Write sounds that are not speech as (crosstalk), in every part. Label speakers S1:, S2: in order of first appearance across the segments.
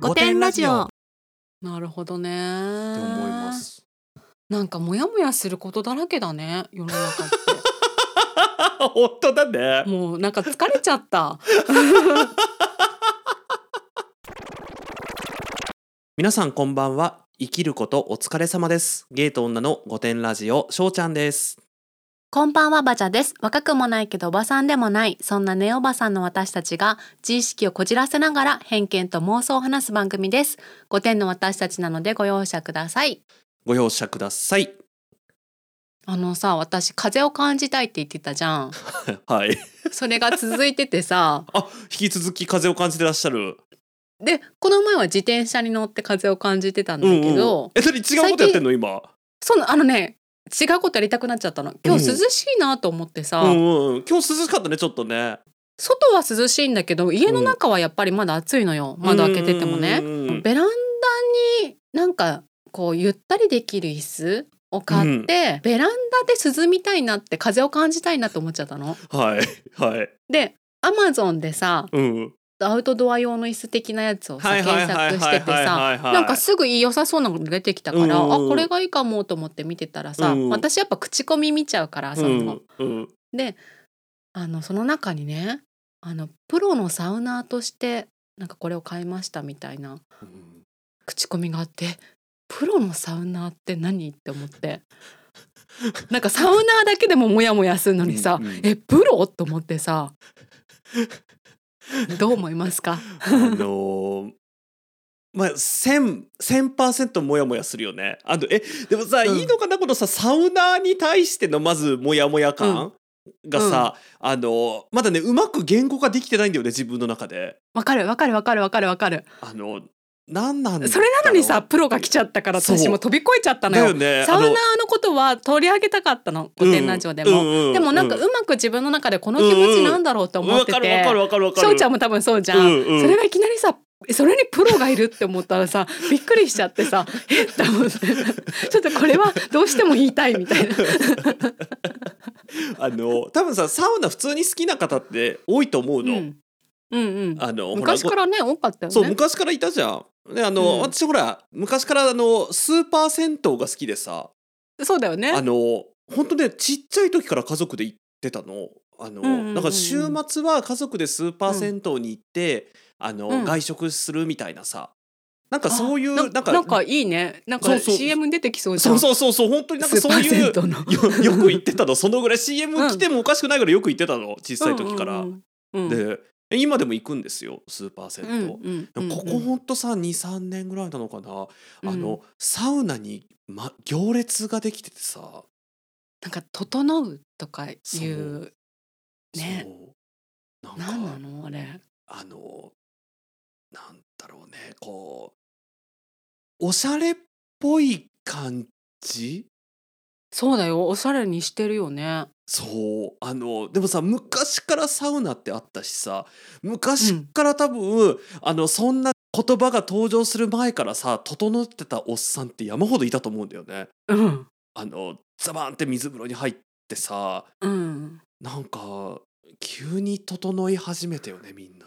S1: 五点ラジオ
S2: なるほどね。
S3: って思います。
S2: なんかモヤモヤすることだらけだね世の中っ
S1: (laughs)
S3: (laughs) 本当だね
S2: て。もうなんか疲れちゃった。
S3: 皆さんこんばんは。生きることお疲れ様です。ゲイと女の御殿ラジオ、しょうちゃんです。
S1: こんばんはバジャです若くもないけどおばさんでもないそんなネオバさんの私たちが自意識をこじらせながら偏見と妄想を話す番組です5点の私たちなのでご容赦ください
S3: ご容赦ください。 (laughs)
S2: あのさ私風を感じたいって言ってたじゃん。
S3: はい。
S2: それが続いててさ
S3: あ、引き続き風を感じてらっしゃる。
S2: でこの前は自転車に乗って風を感じてたんだ
S3: うん
S2: けど、
S3: うん、え、それ違うことやってんの今。
S2: そのあのね違うことやりたくなっちゃったの今日涼しいなと思ってさ、
S3: うんうんうん。今日涼しかったね、ちょっとね。
S2: 外は涼しいんだけど家の中はやっぱりまだ暑いのよ、窓開けててもね
S3: うんうんうん
S2: ベランダになんかこうゆったりできる椅子を買って、ベランダで涼みたいなって風を感じたいなと思っちゃったの。
S3: はい。はい。
S2: でアマゾンでさ
S3: うん。
S2: アウトドア用の椅子的なやつをさ
S3: はいはい
S2: 検
S3: はい
S2: 索し
S3: は
S2: て
S3: い
S2: て
S3: はい
S2: さ
S3: はいはい。
S2: なんかすぐ良さそうなのが出てきたから、
S3: うんうんうん
S2: あこれがいいかもと思って見てたらさ、
S3: うんうん
S2: 私やっぱ口コミ見ちゃうからその、
S3: うんうん
S2: であのその中にねあのプロのサウナーとしてなんかこれを買いましたみたいな
S3: うん
S2: 口コミがあってプロのサウナーって何って思ってなんかサウナーだけでもモヤモヤするのにさ、
S3: うんうん
S2: えプロと思ってさどう思いますか
S3: あのーまあ、1000 1000%モヤモヤするよね。あのえでもさ、
S2: うん
S3: いいのかなこのさサウナーに対してのまずモヤモヤ感がさ、あのーまだねうまく言語化できてないんだよね自分の中で。
S2: わかるわかるわかるわかるわかる
S3: あの何なんだろう
S2: それなのにさプロが来ちゃったから
S3: そう
S2: 私も飛び越えちゃったの
S3: だよ
S2: よ
S3: ね。
S2: サウナー
S3: あの
S2: のことは取り上げたかったの古典ラジオでも、
S3: うんう
S2: でもなんかう
S3: う
S2: まく自分の中でこの気持ちなんだろうと思って
S3: わかるわ
S2: て
S3: かるわかるわかる。
S2: 翔ちゃんも多分そうじゃ、
S3: うんんうん
S2: それがいきなりさそれにプロがいるって思ったらさびっくりしちゃって
S3: (laughs)
S2: さえっと思ってちょっとこれはどうしても言いたいみたい
S3: (laughs)
S2: な。
S3: あの多分さサウナ普通に好きな方って多いと思う
S2: う
S3: の。
S2: んうん
S3: あのほ
S2: うん、
S3: ら
S2: 昔からね多かったよね。
S3: そう昔からいたじゃん。であの、
S2: うん
S3: 私ほら昔からあのスーパー銭湯が好きでさ
S2: そうだよね。
S3: あの本当ねちっちゃい時から家族で行ってたの。あの
S2: うんうんうんうん
S3: だから週末は家族でスーパー銭湯に行って、あの
S2: うん
S3: 外食するみたいなさなんかそういう
S2: あ
S3: なんか
S2: なんかいいねなん
S3: そ
S2: か
S3: うそう
S2: CM に出てきそうじ
S3: (laughs) そ
S2: ゃん。
S3: うそうそうそう本当になんか
S2: スー
S3: そ
S2: パ
S3: う
S2: ー銭
S3: いう
S2: 湯の
S3: よ (laughs) よく行ってたのそのぐらい CM
S2: うん
S3: 来てもおかしくないぐらいよく行ってたの小さい時から。
S2: うんうんうん
S3: で今でも行くんですよスーパー銭
S2: う
S3: 湯。
S2: んうんうんうん
S3: ここほんとさ23年ぐらいなのかな、あ
S2: うん
S3: のサウナに、ま、行列ができててさ
S2: なんか整うとかい
S3: そう
S2: うね
S3: そうなんか
S2: なんなのあれ。
S3: あのなんだろうねこうおしゃれっぽい感じ
S2: そうだよおしゃれにしてるよね。
S3: そうあのでもさ昔からサウナってあったしさ昔から多分、あのそんな言葉が登場する前からさ整ってたおっさんって山ほどいたと思うんだよね。
S2: うん
S3: あのザバーンって水風呂に入ってさ
S2: うん
S3: なんか急に整い始めたよねみんな。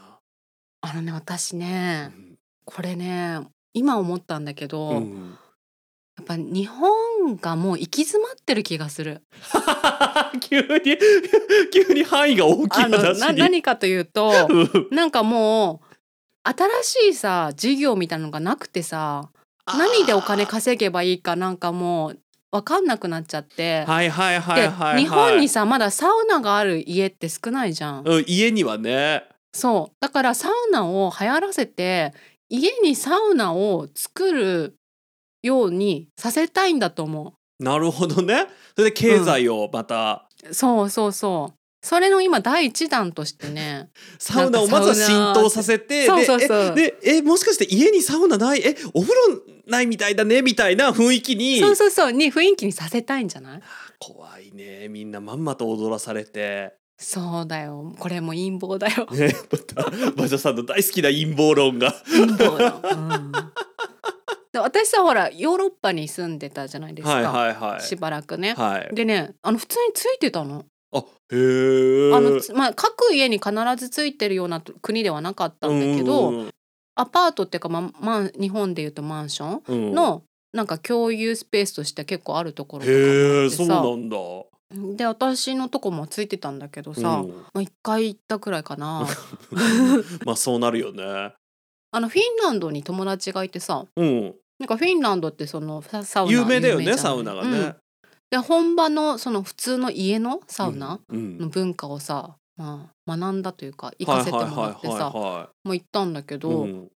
S2: あのね私
S3: う
S2: ね
S3: ん
S2: これね今思ったんだけど、
S3: う
S2: や
S3: ん
S2: っぱ日本がもう行き詰まってる気がする。
S3: (laughs) 急に (laughs) 急に範囲が大きい
S2: あの
S3: 話
S2: な
S3: に。
S2: 何かというとなんかもう新しいさ事業みたいなのがなくてさ何でお金
S3: か
S2: 稼げばいいかなんかもう分かんなくなっちゃって。
S3: はいはいはいはい、はい、
S2: で日本にさまだサウナがある家って少ないじゃん、
S3: うん、家にはね
S2: そうだからサウナを流行らせて家にサウナを作るようにさせたいんだと思う
S3: なるほどねそれで経済をまた、
S2: そうそうそう。それの今第一弾としてね。
S3: サウナをまずは浸透させて
S2: なんかサウナそうそうそう
S3: でえでえもしかして家にサウナないえお風呂ないみたいだねみたいな雰囲気に
S2: そうそうそうに雰囲気にさせたいんじゃない？
S3: 怖いねみんなまんまと踊らされて、。
S2: そうだよ。これも陰謀だよ
S3: ね、また馬車さんの大好きな陰謀論が
S2: 陰謀よ。 (laughs) うんで私さほらヨーロッパに住んでたじゃないですか。
S3: はいはいはい
S2: しばらくね。
S3: はい
S2: でねあの普通についてたの。
S3: あへえ
S2: あのつまあ各家に必ずついてるようなと国ではなかったんだけど、
S3: うんうんうん
S2: アパートっていうか、まあまあ、日本でいうとマンション
S3: うん、
S2: のなんか共有スペースとして結構あるところとかも
S3: へ
S2: あ
S3: え
S2: って
S3: そう
S2: さ
S3: なんだ
S2: で私のとこもついてたんだけどさ、
S3: う
S2: ま
S3: ん
S2: あ、1回行ったくらい
S3: (laughs)
S2: かな
S3: まあそうなるよね
S2: あのフィンランドに友達がいてさ
S3: うん
S2: なんかフィンランドってそのササウナ
S3: 有名だよ
S2: じゃ
S3: ね
S2: ん
S3: サウナが
S2: うん
S3: ね、
S2: で本場のその普通の家のサウナ
S3: うん、うん
S2: の文化をさ、まあ、学んだというか行かせてもらっ
S3: は
S2: て
S3: いはい
S2: さ
S3: はいは
S2: もう行ったんだけ
S3: い
S2: ど、
S3: はいうん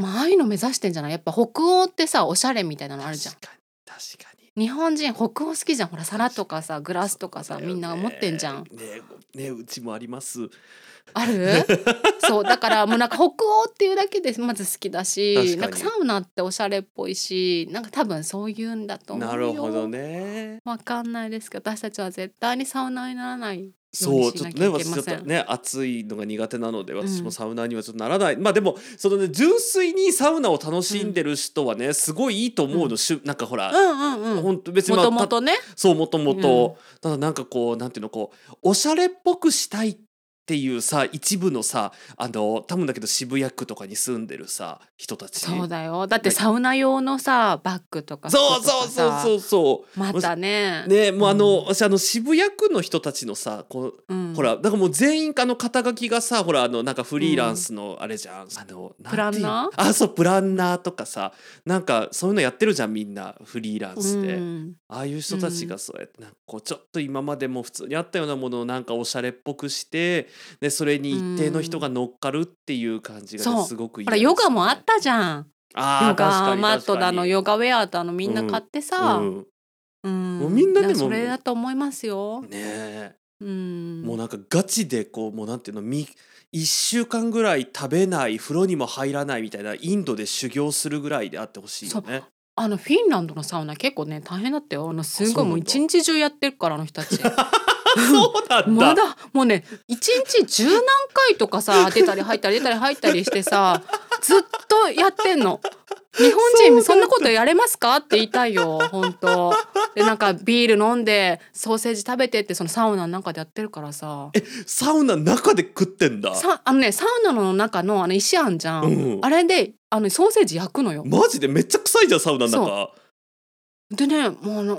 S2: まあああいうの目指してんじゃないやっぱ北欧ってさおしゃれみたいなのあるじゃん
S3: 確かに確かに
S2: 日本人北欧好きじゃんほら皿とかさグラスとかさみんな持ってんじゃん
S3: ねねうちもあります (laughs)
S2: あるそうだからもうなんか北欧っていうだけでまず好きだ
S3: 確か
S2: し
S3: に
S2: なんかサウナっておしゃれっぽいしなんか多分そういうんだと思うよ
S3: なるほどね
S2: わかんないですけど私たちは絶対にサウナにならない
S3: そうち
S2: し
S3: ょっ
S2: な
S3: とね
S2: きゃいけ
S3: 私
S2: ま
S3: ちょっ
S2: せん
S3: とね暑いのが苦手なので私もサウナーにはちょっとならない、まあでもそのね純粋にサウナを楽しんでる人はね、すごいいいと思うの、しゅなんかほら、
S2: うんうんうん
S3: 本当別に
S2: も
S3: まあ
S2: ともとね
S3: たそうもともと、ただなんかこうなんていうのこうおしゃれっぽくしたいっていうさ一部のさあの多分だけど渋谷区とかに住んでるさ人たち
S2: そうだよだってサウナ用のさバッグとか
S3: そうそう
S2: 服と
S3: そう
S2: かさ
S3: そうそう
S2: またね
S3: ねもうあの、
S2: うん
S3: 私あの渋谷区の人たちのさこう、
S2: うん
S3: ほらだからもう全員あの肩書きがさほらあのなんかフリーランスのあれじゃん、あのなんていう
S2: プランナー
S3: あそうプランナーとかさなんかそういうのやってるじゃんみんなフリーランスで、
S2: うん
S3: ああいう人たちがそうやってなんかこうちょっと今までも普通にあったようなものをなんかおしゃれっぽくしてでそれに一定の人が乗っかるっていう感じがね、
S2: そう
S3: すごくいい
S2: ほらヨガもあったじゃん
S3: た
S2: ヨガマットだのヨガウェアだのみんな買ってさ、
S3: う
S2: うん
S3: ん、もうみんなでも
S2: だからそれだと思いますよ
S3: ね。え
S2: うん、
S3: もうなんかガチでこうもうなんていうのみ1週間ぐらい食べない風呂にも入らないみたいなインドで修行するぐらいであってほしいよね。
S2: あのフィンランドのサウナ結構ね大変だったよ。あのす
S3: あそ
S2: ご
S3: う
S2: い
S3: なんだ
S2: もう一日中やってるからあの人た
S3: (laughs)
S2: ち。
S3: そうなんだ
S2: まだもうね一日十何回と
S3: (laughs)
S2: かさ出たり入ったり出たり入ったりしてさずっとやってんの。日本
S3: そうなんだ
S2: 人そんなことやれますかって言いたいよ本当でなんかビール飲んでソーセージ食べてってそのサウナの中でやってるからさ
S3: サウナの中で食ってんだ。
S2: さあのねサウナの中のあの石あんじゃん、
S3: うん
S2: あれであのソーセージ焼くのよ
S3: マジでめっちゃ臭いじゃんサウナの中。
S2: でねもうな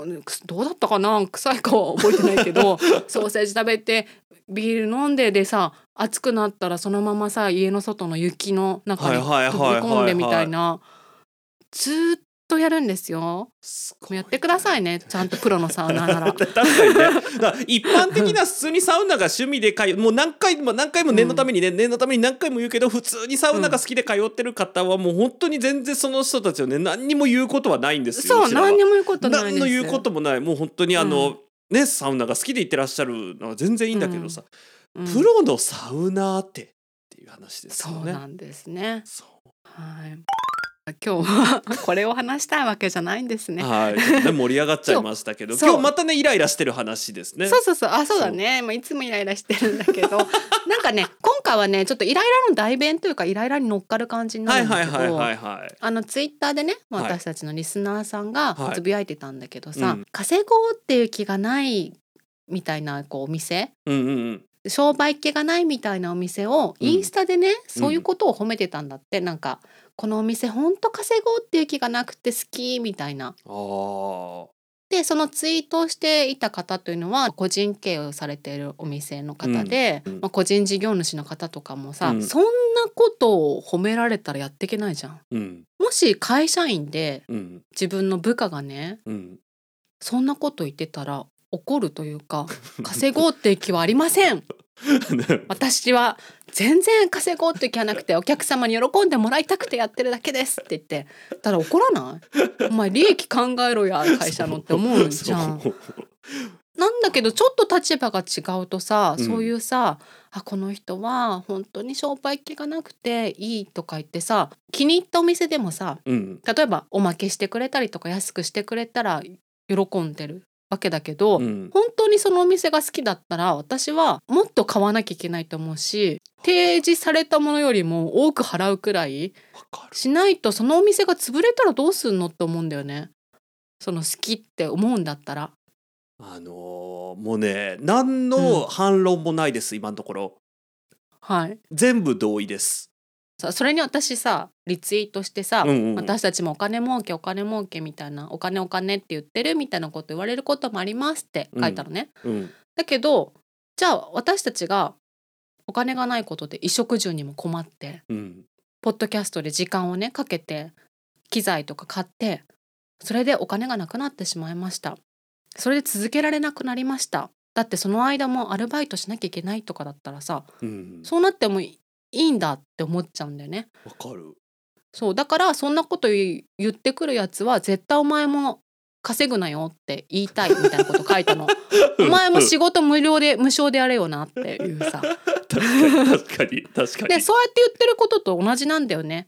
S2: どうだったかな臭いかは覚えてない
S3: (laughs)
S2: けどソーセージ食べてビール飲んででさ暑くなったらそのままさ家の外の雪の中に飛
S3: はいはいはいはいは
S2: び
S3: い
S2: 込んでみたいなずーっとやるんですよ
S3: すごいね
S2: やってくださいねちゃんとプロのサウナー
S3: (laughs)
S2: なら
S3: 確かにねだから一般的な普通にサウナが趣味で通もう何回も何回も念のためにね、念のために何回も言うけど普通にサウナが好きで通ってる方はもう本当に全然その人たちをね何にも言うことはないんですよ
S2: そう
S3: ちらは
S2: 何にも言うことないです
S3: 何の言うこともないもう本当にあの、ねサウナが好きで行ってらっしゃるのは全然いいんだけどさ、
S2: うん
S3: プロのサウナーってっていう話です
S2: そ
S3: よ
S2: う
S3: ね。
S2: なんですね
S3: そう
S2: はい今日はこれを話したいわけじゃないんですね
S3: はい、ちょっとね、盛り上がっちゃいましたけど
S2: そう
S3: 今日またねイライラしてる話ですね。
S2: そうそうそうあそうだねまあいつもイライラしてるんだけど (laughs) なんかね今回はねちょっとイライラの代弁というかイライラに乗っかる感じにな
S3: は
S2: る
S3: い
S2: んだ
S3: はい
S2: けど、
S3: はいはいはい。
S2: あのツイッターでねまあ
S3: はい
S2: 私たちのリスナーさんが
S3: はい
S2: つぶやいてたんだけど
S3: う
S2: さ、
S3: ん
S2: 稼ごうっていう気がないみたいなこうお店
S3: うんうんうん。
S2: 商売気がないみたいなお店を
S3: うん
S2: インスタでね、そういうことを褒めてたんだって、なんかこのお店ほんと稼ごうっていう気がなくて好きみたいな
S3: ああ。
S2: でそのツイートをしていた方というのは個人経営をされているお店の方で、
S3: うんうん
S2: まあ、個人事業主の方とかもさ、
S3: うん
S2: そんなことを褒められたらやっていけないじゃん。
S3: うん
S2: もし会社員で
S3: うん
S2: 自分の部下がね
S3: うん。
S2: そんなこと言ってたら怒るという
S3: (laughs)
S2: か稼ごうっていう気はありません私は全然稼ごうっていう気はなくてお客様に喜んでもらいたくてやってるだけですって言ってたら怒らないお前利益考えろや会社のって思うじゃん。
S3: そう。
S2: なんだけどちょっと立場が違うとさ、
S3: うん
S2: そういうさあこの人は本当に商売気がなくていいとか言ってさ気に入ったお店でもさ
S3: うん
S2: 例えばおまけしてくれたりとか安くしてくれたら喜んでるわけだけど、
S3: うん。
S2: 本当にそのお店が好きだったら私はもっと買わなきゃいけないと思うし提示されたものよりも多く払うくらい
S3: わかる。
S2: しないとそのお店が潰れたらどうすんのって思うんだよね。その好きって思うんだったら。
S3: あのーもうね何の反論もないです今のところ
S2: はい
S3: 全部同意です。
S2: さそれに私さリツイートしてさ、
S3: うんうんうん
S2: 私たちもお金儲けお金儲けみたいなお金お金って言ってるみたいなこと言われることもありますって書いたのね、
S3: うん
S2: だけどじゃあ私たちがお金がないことで衣食住にも困って
S3: うん
S2: ポッドキャストで時間をねかけて機材とか買ってそれでお金がなくなってしまいましたそれで続けられなくなりましただってその間もアルバイトしなきゃいけないとかだったらさ
S3: うん
S2: そうなってもいいいんだって思っちゃうんだよね
S3: わかる
S2: そうだからそんなこと言い言ってくるやつは絶対お前も稼ぐなよって言いたいみたいなこと書
S3: (laughs)
S2: いたのお前も仕事無料で無償でやれよなっていうさ
S3: 確かに確かに確かに
S2: でそうやって言ってることと同じなんだよね。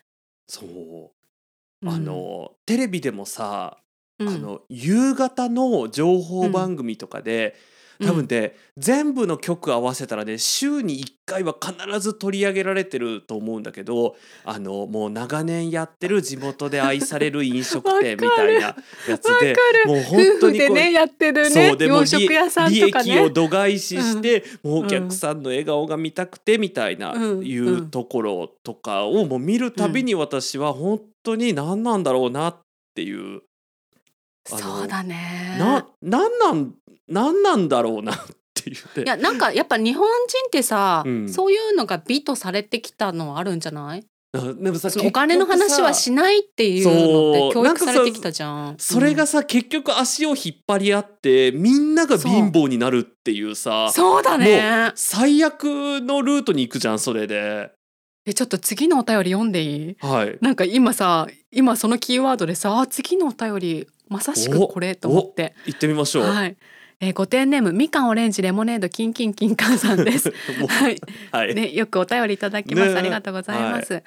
S3: そう
S2: うん
S3: あ、の、テレビでもさ、
S2: うん
S3: あの夕方の情報番組とかで、多分ね、全部の曲合わせたらね週に1回は必ず取り上げられてると思うんだけどあのもう長年やってる地元で愛される飲食店みたいなやつで
S2: わかる
S3: もう
S2: 夫
S3: 本当
S2: 婦
S3: にこ
S2: で
S3: う
S2: ねやってる
S3: そ
S2: ね
S3: うでも
S2: 洋食屋さん
S3: 利
S2: とか
S3: 益を
S2: ね。
S3: 度外視して、もうお客さんの笑顔が見たくてみたいな、
S2: うん
S3: いうところとかをもう見るたびに私は本当に何なんだろうなっていう、あの
S2: そうだね。
S3: な何なん何なんだろうなっていうね
S2: いやなんかやっぱ日本人ってさ、
S3: うん
S2: そういうのが美とされてきたのはあるんじゃない
S3: なでもさ
S2: そのお金の話はしないっていうのって
S3: そう
S2: 教
S3: なん
S2: 育
S3: かさ
S2: されてきたじゃん。
S3: それがさ結局足を引っ張り合ってみんなが貧乏になるっていう
S2: う
S3: さ
S2: んそうだね。
S3: 最悪のルートに行くじゃんそれで。
S2: えちょっと次のお便り読んでいい
S3: はい、
S2: なんか今さ今そのキーワードでさあ次のお便りまさしくこれと思って
S3: 行ってみましょう。
S2: はいえー、ごてんネームみかんオレンジレモネードキンキンキンカンさんです
S3: (laughs) もう
S2: はい
S3: はい
S2: ねよくお便りいただきます、
S3: ね
S2: ありがとうございます、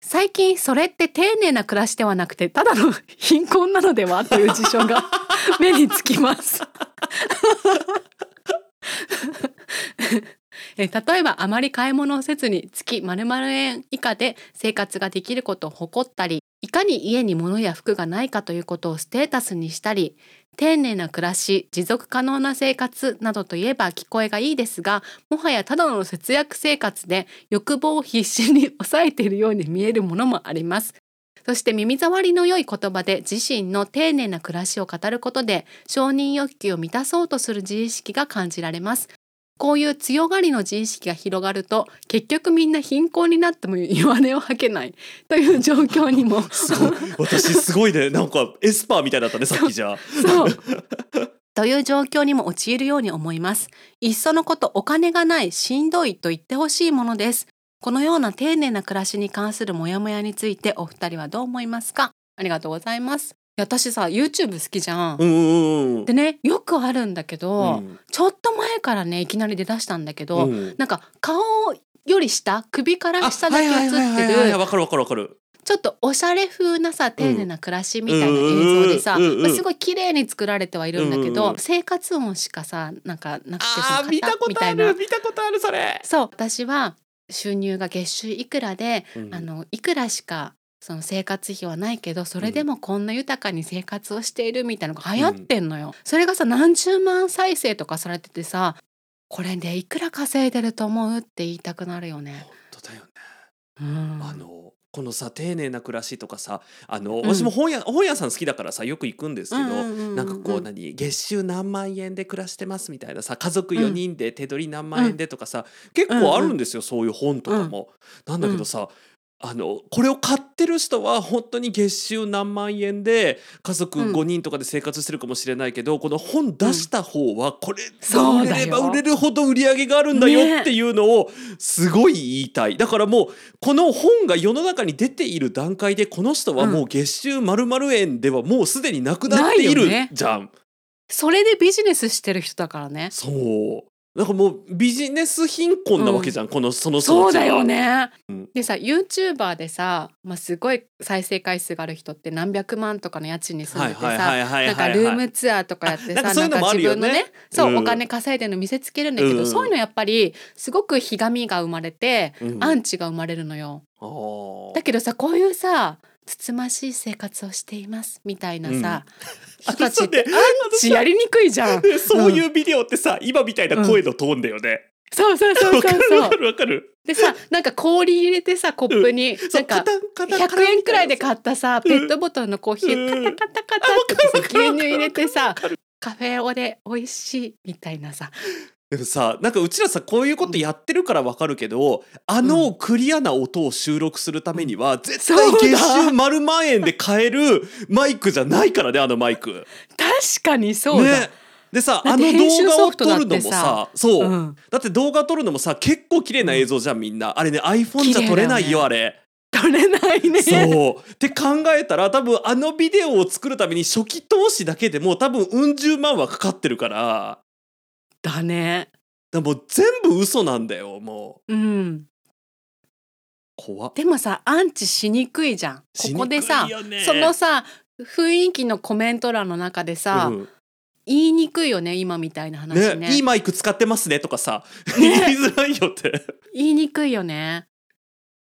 S2: 最近それって丁寧な暮らしではなくてただの (laughs) 貧困なのではという事象が (laughs) 目につきます。 (laughs) え例えばあまり買い物をせずに月まる円以下で生活ができることを誇ったりいかに家に物や服がないかということをステータスにしたり丁寧な暮らし持続可能な生活などといえば聞こえがいいですがもはやただの節約生活で欲望を必死に抑えているように見えるものもあります。そして耳障りの良い言葉で自身の丁寧な暮らしを語ることで承認欲求を満たそうとする自意識が感じられます。こういう強がりの自意識が広がると結局みんな貧困になっても弱音を吐けないという状況にも
S3: すごい私すごいねなんかエスパーみたいだったねさっきじゃ
S2: そう。という状況にも陥るように思います。いっそのことお金がない、しんどいと言ってほしいものです。このような丁寧な暮らしに関するモヤモヤについてお二人はどう思いますかありがとうございます。いや私さ、YouTube 好きじゃん。
S3: うんうんうん
S2: でね、よくあるんだけど、
S3: うん
S2: ちょっと前からね、いきなり出だしたんだけど、
S3: うん
S2: なんか顔より下、首から
S3: あ
S2: 下だけ映って
S3: はいはいはいはいはい
S2: る、
S3: わかるわかるわかる
S2: ちょっとおしゃれ風なさ丁寧な暮らしみたいな映像でさ、
S3: うんうんうんうん
S2: まあすごい綺麗に作られてはいるんだけど、
S3: うんうん
S2: 生活音しかさなんかなくて
S3: あ
S2: さ
S3: ー見たことあ
S2: みたい
S3: る
S2: な
S3: 見たことあるそれ
S2: そう私は収入が月収いくらで、
S3: うん
S2: あのいくらしかその生活費はないけどそれでもこんな豊かに生活をしているみたいなのが流行ってんのよ、それがさ何十万再生とかされててさこれでいくら稼いでると思うって言いたくなるよね。
S3: 本当だよね
S2: うん
S3: あのこのさ丁寧な暮らしとかさあの
S2: ん
S3: 私も本屋本屋さん好きだからさよく行くんですけどなんかこう
S2: ね
S3: 何月収何万円で暮らしてますみたいなさ家族4人で手取り何万円でとかさ、結構あるんですよ、そういう本とかも。なんだけどさ、あのこれを買ってる人は本当に月収何万円で家族
S2: うん
S3: 5人とかで生活してるかもしれないけど、この本出した方はこれ
S2: そ
S3: 売
S2: う
S3: れ
S2: だ
S3: れ
S2: よ
S3: ば売れるほど売り上げがあるんだよっていうのをすごい言いたい。だからもうこの本が世の中に出ている段階でこの人はもう月収まる円ではもうすでになくなってい
S2: ないよ
S3: る
S2: ね
S3: じゃん。
S2: それでビジネスしてる人だからね。
S3: そう。なんかもうビジネス貧困なわけじゃん、このその装置は
S2: そうだよ。ね、
S3: うん
S2: でさ YouTuber でさ、まあ、すごい再生回数がある人って何百万とかの家賃に住ん
S3: はい
S2: でて
S3: はい
S2: さ
S3: はいはいは
S2: ないんか
S3: はい。
S2: ルームツアーとかやって
S3: あな
S2: さ
S3: んかそういうのもあ
S2: 自
S3: るよ
S2: 分
S3: ね
S2: のねそう、
S3: うん
S2: お金稼いでるの見せつけるんだけど、
S3: うん
S2: そういうのやっぱりすごくひがみが生まれて、
S3: うん
S2: アンチが生まれるのよ。
S3: あー
S2: だけどさこういうさつつましい生活をしていますみたいなさ、人たちってアン
S3: あのさ (laughs)
S2: チやりにくいじゃん。
S3: そういうビデオってさ、今みたいな声のトーンだよね。
S2: そうそうそう
S3: わ
S2: そ
S3: か
S2: う
S3: る
S2: そ
S3: わ
S2: う
S3: かるわかる。
S2: でさなんか氷入れてさコップに、
S3: そ
S2: な
S3: うん
S2: か
S3: カタンカタンカ
S2: 100
S3: タン
S2: 円くらいで
S3: っ
S2: 買ったさペットボトルのコーヒ
S3: うん
S2: ーカタカタカタってさ牛乳入れてさカフェオレ美味しいみたいなさ
S3: でもさなんかうちらさこういうことやってるからわかるけどあのクリアな音を収録するためには絶対
S2: そうだ
S3: 月収丸万円で買えるマイクじゃないからねあのマイク。
S2: 確かにそうだ、
S3: ね、でさ
S2: だ
S3: あ
S2: って
S3: の
S2: 編集
S3: 動画
S2: ソ
S3: を
S2: フトだ
S3: 撮
S2: っ
S3: るの
S2: て
S3: も
S2: さ
S3: さそう、
S2: うん
S3: だって動画撮るのもさ結構綺麗な映像じゃんみんなあれね iPhone じゃ撮れないよあれ。
S2: 取れないね
S3: そうって考えたら多分あのビデオを作るために初期投資だけでもう多分うん十万はかかってるから
S2: だね
S3: だからもう全部嘘なんだよもう
S2: うん
S3: 怖っ
S2: でもさアンチしにくいじゃんここでさ
S3: しにくい、よね
S2: そのさ雰囲気のコメント欄の中でさ、
S3: うん
S2: 言いにくいよね今みたいな話ね
S3: ねいいマイク使ってますねとかさ、
S2: ね
S3: 言いづらいよって
S2: 言いにくいよね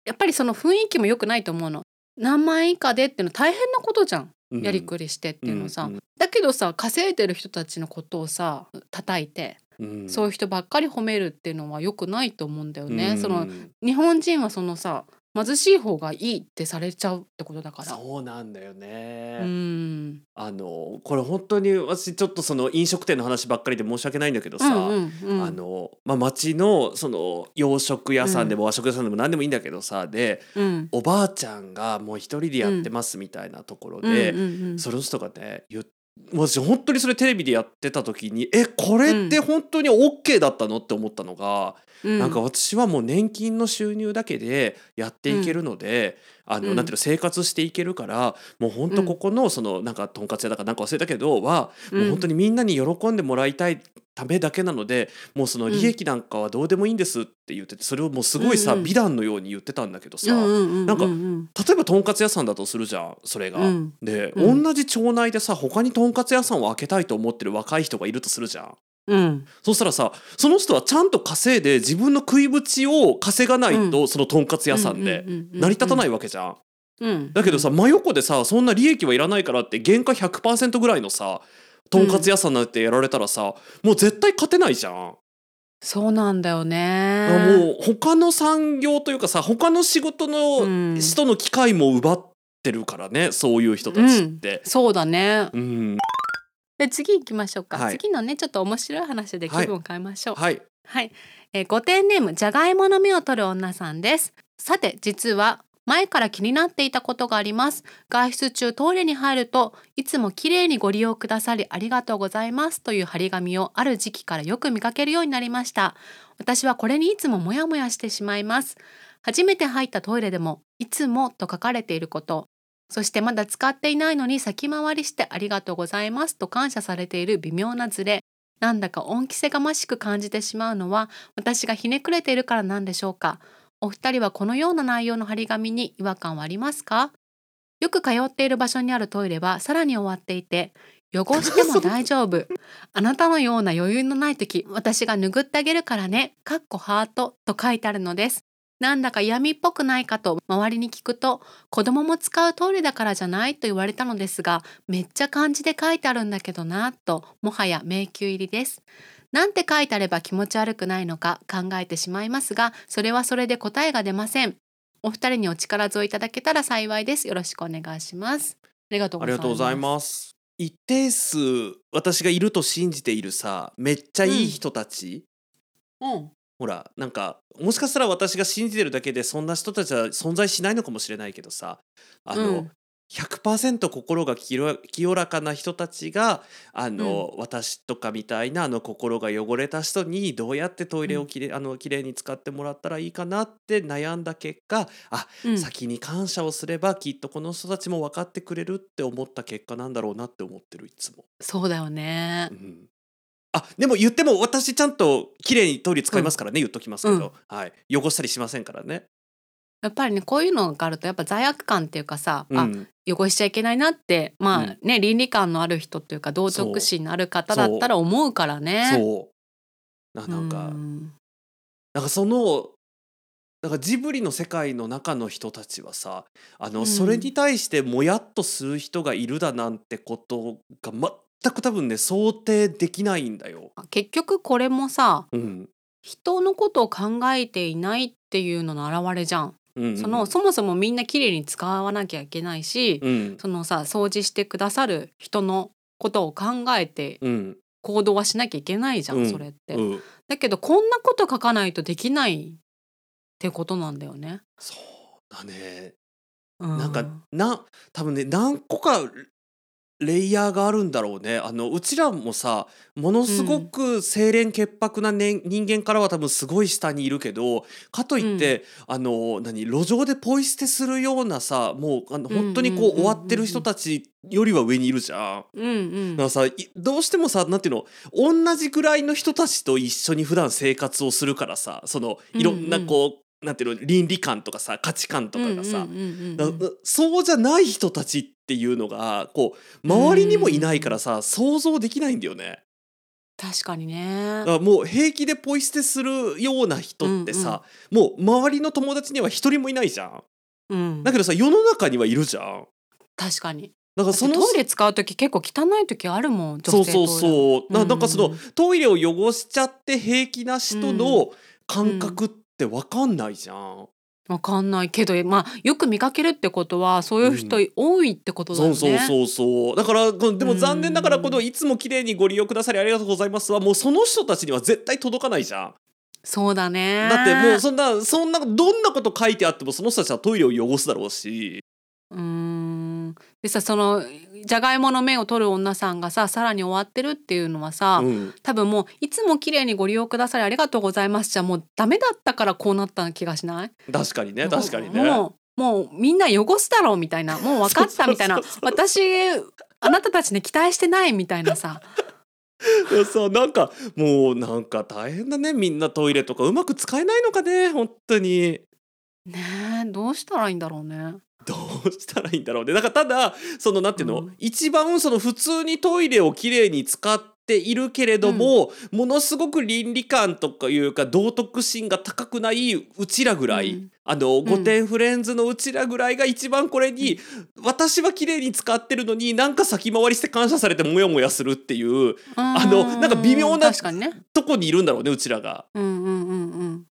S2: やっぱりその雰囲気も良くないと思うの何万円以下でっていうの大変なことじゃん
S3: うん
S2: やりくりしてっていうのさ、
S3: うんうん
S2: だけどさ稼いでる人たちのことをさ叩いて、
S3: うん
S2: そういう人ばっかり褒めるっていうのは良くないと思うんだよね、
S3: うん
S2: その日本人はそのさ貧しい方がいいってされちゃうってことだから
S3: そうなんだよね、
S2: うん
S3: あのこれ本当に私ちょっとその飲食店の話ばっかりで申し訳ないんだけど
S2: うん
S3: さ、
S2: うんうん
S3: あのまあ、町のその洋食屋さんでも和食屋さんでも何でもいいんだけどさ、で
S2: うん
S3: おばあちゃんがもう一人でやってますみたいなところ
S2: うん
S3: で、
S2: うんうん
S3: その人がね言っ私本当にそれテレビでやってた時にえこれって本当に OK だったのって思ったのが、
S2: うん
S3: なんか私はもう年金の収入だけでやっていけるので、あの
S2: うん
S3: なんていうの生活していけるからもう本当ここのそのなんかとんかつ屋だかなんか忘れたけどは、もう本当にみんなに喜んでもらいたいためだけなのでもうその利益なんかはどうでもいいんですって言っててそれをもうすごいさ、
S2: うんうん
S3: 美談のように言ってたんだけどさ、
S2: うんうんうん
S3: なんか
S2: うん
S3: 例えばとんかつ屋さんだとするじゃんそれが。
S2: うん
S3: で、
S2: うん
S3: 同じ町内でさ他にとんかつ屋さんを開けたいと思ってる若い人がいるとするじゃん。
S2: うん
S3: そしたらさその人はちゃんと稼いで自分の食いぶちを稼がないと、そのとんかつ屋さんで
S2: うううう
S3: 成り立たないわけじゃん。
S2: うん
S3: だけどさ真横でさそんな利益はいらないからって原価100%ぐらいのさとんかつ屋さんなんてやられたらさ、もう絶対勝てないじゃん。
S2: そうなんだよね
S3: だからもう他の産業というかさ他の仕事の
S2: ん
S3: 人の機会も奪ってるからね、そういう人たちって。
S2: そうだね
S3: うん、
S2: で次行きましょうか、
S3: はい
S2: 次のねちょっと面白い話で気分を変えましょうはい、
S3: はい
S2: えー、5点ネームじゃがいもの芽を取る女さんですさて実は前から気になっていたことがあります外出中トイレに入るといつも綺麗にご利用くださりありがとうございますという張り紙をある時期からよく見かけるようになりました私はこれにいつもモヤモヤしてしまいます初めて入ったトイレでもいつもと書かれていることそしてまだ使っていないのに先回りしてありがとうございますと感謝されている微妙なズレなんだか恩着せがましく感じてしまうのは私がひねくれているからなんでしょうかお二人はこのような内容の張り紙に違和感はありますかよく通っている場所にあるトイレはさらに終わっていて汚しても大丈夫あなたのような余裕のない時私が拭ってあげるからねかっこハートと書いてあるのですなんだか嫌味っぽくないかと周りに聞くと子供も使うトイレだからじゃないと言われたのですがめっちゃ漢字で書いてあるんだけどなともはや迷宮入りですなんて書いてあれば気持ち悪くないのか考えてしまいますがそれはそれで答えが出ませんお二人にお力添えいただけたら幸いですよろしくお願いしますありがとう
S3: ありがとうございます。一定数私がいると信じているさめっちゃいい人たち、
S2: うん
S3: ほらなんかもしかしたら私が信じてるだけでそんな人たちは存在しないのかもしれないけどさあの、
S2: うん
S3: 100%心が清ら清らかな人たちがあの、私とかみたいなあの心が汚れた人にどうやってトイレをきれ,、あのきれいに使ってもらったらいいかなって悩んだ結果あ
S2: うん
S3: 先に感謝をすればきっとこの人たちも分かってくれるって思った結果なんだろうなって思ってるいつも。
S2: そうだよね
S3: うんあでも言っても私ちゃんと綺麗にトイレ使いますからね、言っときますけど、はい、汚したりしませんからね。
S2: やっぱりねこういうのがあるとやっぱ罪悪感っていうかさ、
S3: う
S2: あ
S3: ん
S2: 汚しちゃいけないなってまあね、倫理観のある人っていうか道徳心のある方だったら思うからね。
S3: そうななんか、
S2: うん
S3: なんかそのなんかジブリの世界の中の人たちはさあの、
S2: うん
S3: それに対してもやっとする人がいるだなんてことが全く多分ね想定できないんだよ。
S2: 結局これもさ
S3: うん、
S2: 人のことを考えていないっていうのの表れじゃん。
S3: うん
S2: そのそもそもみんな綺麗に使わなきゃいけないし、
S3: うん
S2: そのさ掃除してくださる人のことを考えて
S3: うん
S2: 行動はしなきゃいけないじゃん、
S3: うん
S2: それって、
S3: うん
S2: だけどこんなこと書かないとできないってことなんだよね。
S3: そうだね
S2: う
S3: なんかな多分ね何個かレイヤーがあるんだろうねあのうちらもさものすごく清廉潔白な、ね人間からは多分すごい下にいるけどかといって、あの何路上でポイ捨てするようなさもうあの
S2: うんうん
S3: 本当にこう
S2: うんうん
S3: 終わってる人たちよりは上にいるじゃん。
S2: うんうん
S3: だからさいどうしてもさなんていうの同じぐらいの人たちと一緒に普段生活をするからさそのいろんなこう、なんていうの倫理観とかさ価値観とかがさ、
S2: うんうんうんうん
S3: だそうじゃない人たちっていうのがこう周りにもいないからさ想像できないんだよね。
S2: 確かにね
S3: だ。からもう平気でポイ捨てするような人ってさ、もう周りの友達には一人もいないじゃん。
S2: うん
S3: だ、けどさ世の中にはいるじゃん。
S2: 確かに。
S3: だから
S2: そ
S3: そ
S2: の
S3: の
S2: トイレ使う時結構汚い時あるもん
S3: そ
S2: 女
S3: う
S2: 性
S3: そう
S2: う
S3: そう。ななんかその、
S2: うん
S3: トイレを汚しちゃって平気な人の感覚ってわかんないじゃん。
S2: わかんないけどまあよく見かけるってことはそういう人多いってことだ
S3: そ
S2: よ
S3: う
S2: ね。
S3: そうそうそうだからこのでも
S2: うん
S3: 残念ながらこの「いつも綺麗にご利用くださりありがとうございます」はもうその人たちには絶対届かないじゃん
S2: そうだね。
S3: だってもうそんなそんなどんなこと書いてあってもその人たちはトイレを汚すだろうし
S2: うーんでさそのじゃがいもの面を取る女さんがささらに終わってるっていうのはさ、
S3: うん
S2: 多分もういつも綺麗にご利用くださりありがとうございますじゃもうダメだったからこうなった気がしない
S3: 確かにね
S2: もう
S3: 確かにね
S2: もうもうみんな汚すだろうみたいなもう分かっ
S3: そうそうそうそ
S2: た
S3: う
S2: みたいな私あなたたちに期待してないみたい
S3: (laughs)
S2: なさ
S3: (laughs) そうなんかもうなんか大変だねみんなトイレとかうまく使えないのかね本当に。
S2: ねえどうしたらいいんだろうね。
S3: どうしたらいいんだろうね。だからただそのなんていうの、
S2: うん
S3: 一番その普通にトイレをきれいに使っているけれども、ものすごく倫理観とかいうか道徳心が高くないうちらぐらい、
S2: うん
S3: あの御殿フレンズのうちらぐらいが一番これに、私はきれいに使ってるのになんか先回りして感謝されてモヤモヤするっていう
S2: あ
S3: のなんか微妙な
S2: 確かにね。
S3: とこにいるんだろうねうちらが。
S2: うんうんうんうん。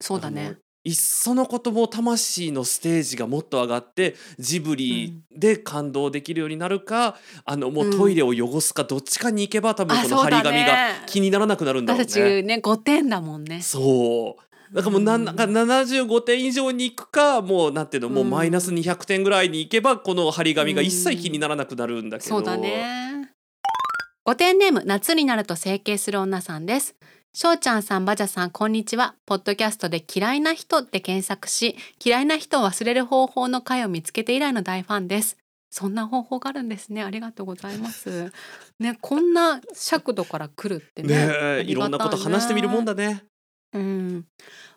S2: そうだ
S3: あの
S2: ね。。
S3: いっそのことも魂のステージがもっと上がってジブリで感動できるようになるか、あのもうトイレを汚すかどっちかに行けば多分
S2: あ
S3: この
S2: そう
S3: 張り
S2: だ
S3: 紙が
S2: ね。
S3: 気にならなくなるんだろう
S2: 私た
S3: ね。
S2: ちね5点だもんね。
S3: そうだからもうなんなんか75点以上に行くかもうなんていうのもうマイナス200点ぐらいに行けばこの張り紙が一切気にならなくなるんだけど、
S2: そうだね。ごてんネーム夏になると整形する女さんです。しょうちゃんさんばじゃさんこんにちは。ポッドキャストで嫌いな人って検索し、嫌いな人を忘れる方法の回を見つけて以来の大ファンです。そんな方法があるんですね。ありがとうございます。ね、こんな尺度から来るって
S3: ね
S2: ね。
S3: え
S2: ありがたいね
S3: いろんなこと話してみるもんだね。
S2: うん、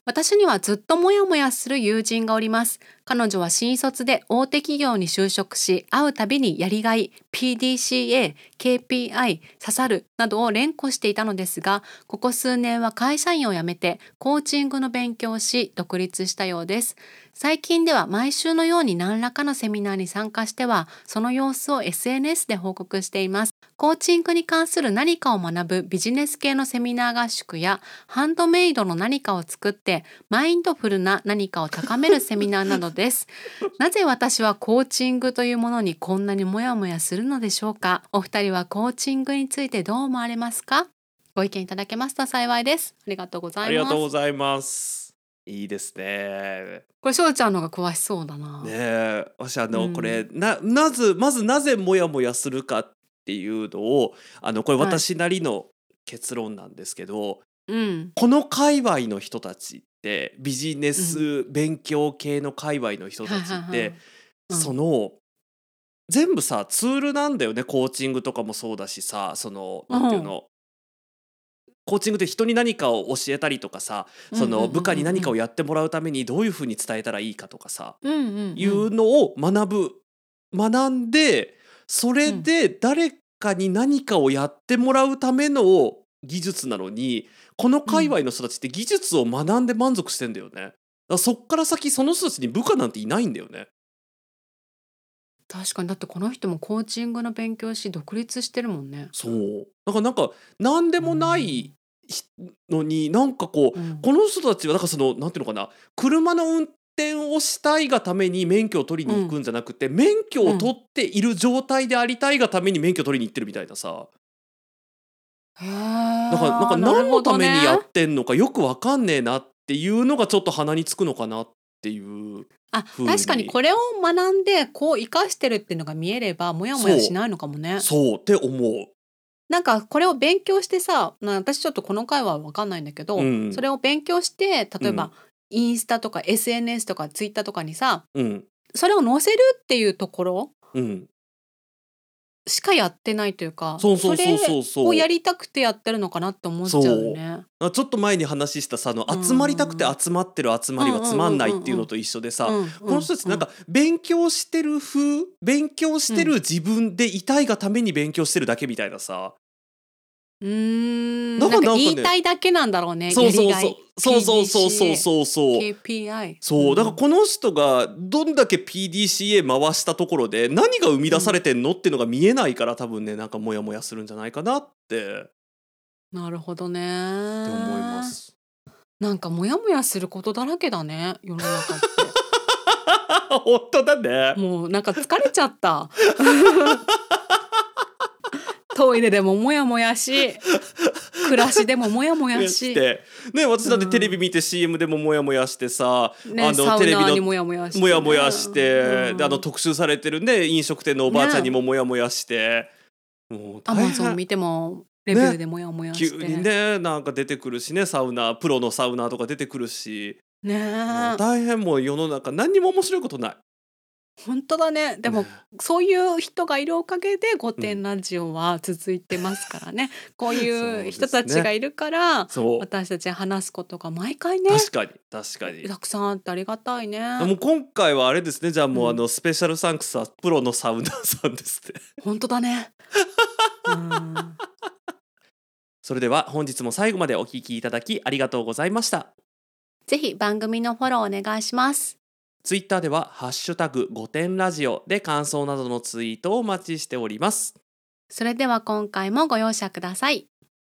S2: 私にはずっとモヤモヤする友人がおります彼女は新卒で大手企業に就職し会うたびにやりがい PDCA、KPI、刺さるなどを連呼していたのですがここ数年は会社員を辞めてコーチングの勉強をし独立したようです最近では毎週のように何らかのセミナーに参加してはその様子を SNS で報告していますコーチングに関する何かを学ぶビジネス系のセミナー合宿やハンドメイドの何かを作ってマインドフルな何かを高めるセミナーなどです (laughs) なぜ私はコーチングというものにこんなにモヤモヤするのでしょうかお二人はコーチングについてどう思われますかご意見いただけますと幸いですありがとうござ
S3: あ
S2: い
S3: り
S2: ま
S3: が
S2: す
S3: とうございます。いいですね。
S2: これしょうちゃんの方が詳しそうだな、
S3: ねえわしあの、
S2: うん
S3: これななぜまずなぜモヤモヤするかっていうのをあのこれ
S2: はい
S3: 私なりの結論なんですけど、
S2: うん
S3: この界隈の人たちってビジネス勉強系の界隈の人たち
S2: は
S3: っ
S2: いはいはい
S3: て、
S2: うん
S3: その全部さツールなんだよねコーチングとかもそうだしさそのなんていうの、コーチングって人に何かを教えたりとかさそ
S2: うんうんうん
S3: の
S2: うん
S3: 部下に何かをやってもらうためにどういうふうに伝えたらいいかとかさ、
S2: うんうんうん
S3: いうのを学ぶ学んでそれで誰かに何かをやってもらうための技術なのにこの界隈の人たちって技術を学んで満足してんだよね。だからそっから先その人たちに部下なんていないんだよね。
S2: 確かにだってこの人もコーチングの勉強し独立してるもんね
S3: そうだからなんか何でもないひのになんかこう
S2: うん
S3: この人たちはだからそのなんていうのかな車の運転をしたいがために免許を取りに行くんじゃなくて、免許を取っている状態でありたいがために免許取りに行ってるみたいなさ、
S2: だ
S3: だからなんか何のためにやってんのかよくわかんねえなっていうのがちょっと鼻につくのかなっていう
S2: あ
S3: 風に
S2: 確かにこれを学んでこう生かしてるっていうのが見えればモヤモヤしないのかもね
S3: そうって思う。
S2: なんかこれを勉強してさな私ちょっとこの回は分かんないんだけど、
S3: うん
S2: それを勉強して例えば、
S3: うん
S2: インスタとか SNS とかツイッターとかにさ
S3: うん
S2: それを載せるっていうところ
S3: うん、
S2: しかやってないというか
S3: そうそうそうそう
S2: れ
S3: そ
S2: を
S3: う
S2: やりたくてやってるのかなって思っちゃうよね。
S3: あちょっと前に話したさあの
S2: うん
S3: 集まりたくて集まってる集まりがつまんないっていうのと一緒でさ、
S2: うんうん
S3: この人たちなんか勉強してる風勉強してる自分でいたいがために勉強してるだけみたいなさ、
S2: うーん
S3: な
S2: なん
S3: か
S2: んか
S3: なんかね
S2: 言いたいだけなんだろうね。
S3: そうそう
S2: やりがい
S3: そうそうそうそうそうそう
S2: KPI。
S3: そうだからこの人がどんだけ PDCA 回したところで何が生み出されてんのっていうのが見えないから多分ねなんかモヤモヤするんじゃないかなって
S2: なるほどね。
S3: って思います。
S2: なんかモヤモヤすることだらけだね世の中っ
S3: (laughs) 本当だね
S2: て。もうなんか疲れちゃった
S3: (laughs)
S2: トイレでもモヤモヤし暮らしでもモヤモヤ
S3: っ (laughs)
S2: して
S3: ね私だってテレビ見て CM でもモヤモヤしてさ、あ
S2: ね、
S3: の
S2: サ
S3: テ
S2: ウ
S3: レビ
S2: ナ
S3: の
S2: にモヤモヤして、
S3: もやもやして、
S2: うん
S3: であの特集されてるね飲食店のおばあちゃんにももやもやして、もう
S2: ア
S3: 大変
S2: マゾン見てもレビューでモヤモヤし
S3: 急
S2: て、
S3: にねなんか出てくるしねサウナプロのサウナーとか出てくるし、
S2: ね
S3: も
S2: え
S3: う大変もう世の中何にも面白いことない。
S2: 本当だねでも
S3: ね
S2: そういう人がいるおかげで「御殿ラジオ」は続いてますか
S3: (laughs)
S2: らね、こう
S3: そう
S2: い
S3: で
S2: う
S3: すね
S2: 人たちがいるから、
S3: そう
S2: 私たち話すことが毎回ね
S3: 確かに確かに。
S2: たくさんあってありがたいね
S3: でも今回はあれですねじゃあもう
S2: うん
S3: あのスペシャルサンクスはプロのサウナーさんですね。
S2: 本当
S3: (laughs)
S2: だね、うん
S3: それでは本日も最後までお聞きいただきありがとうございました。
S2: ぜひ番組のフォローお願いします
S3: ツイッターでは「ハッシュタグ5点ラジオ」で感想などのツイートをお待ちしております。
S2: それでは今回もご容赦ください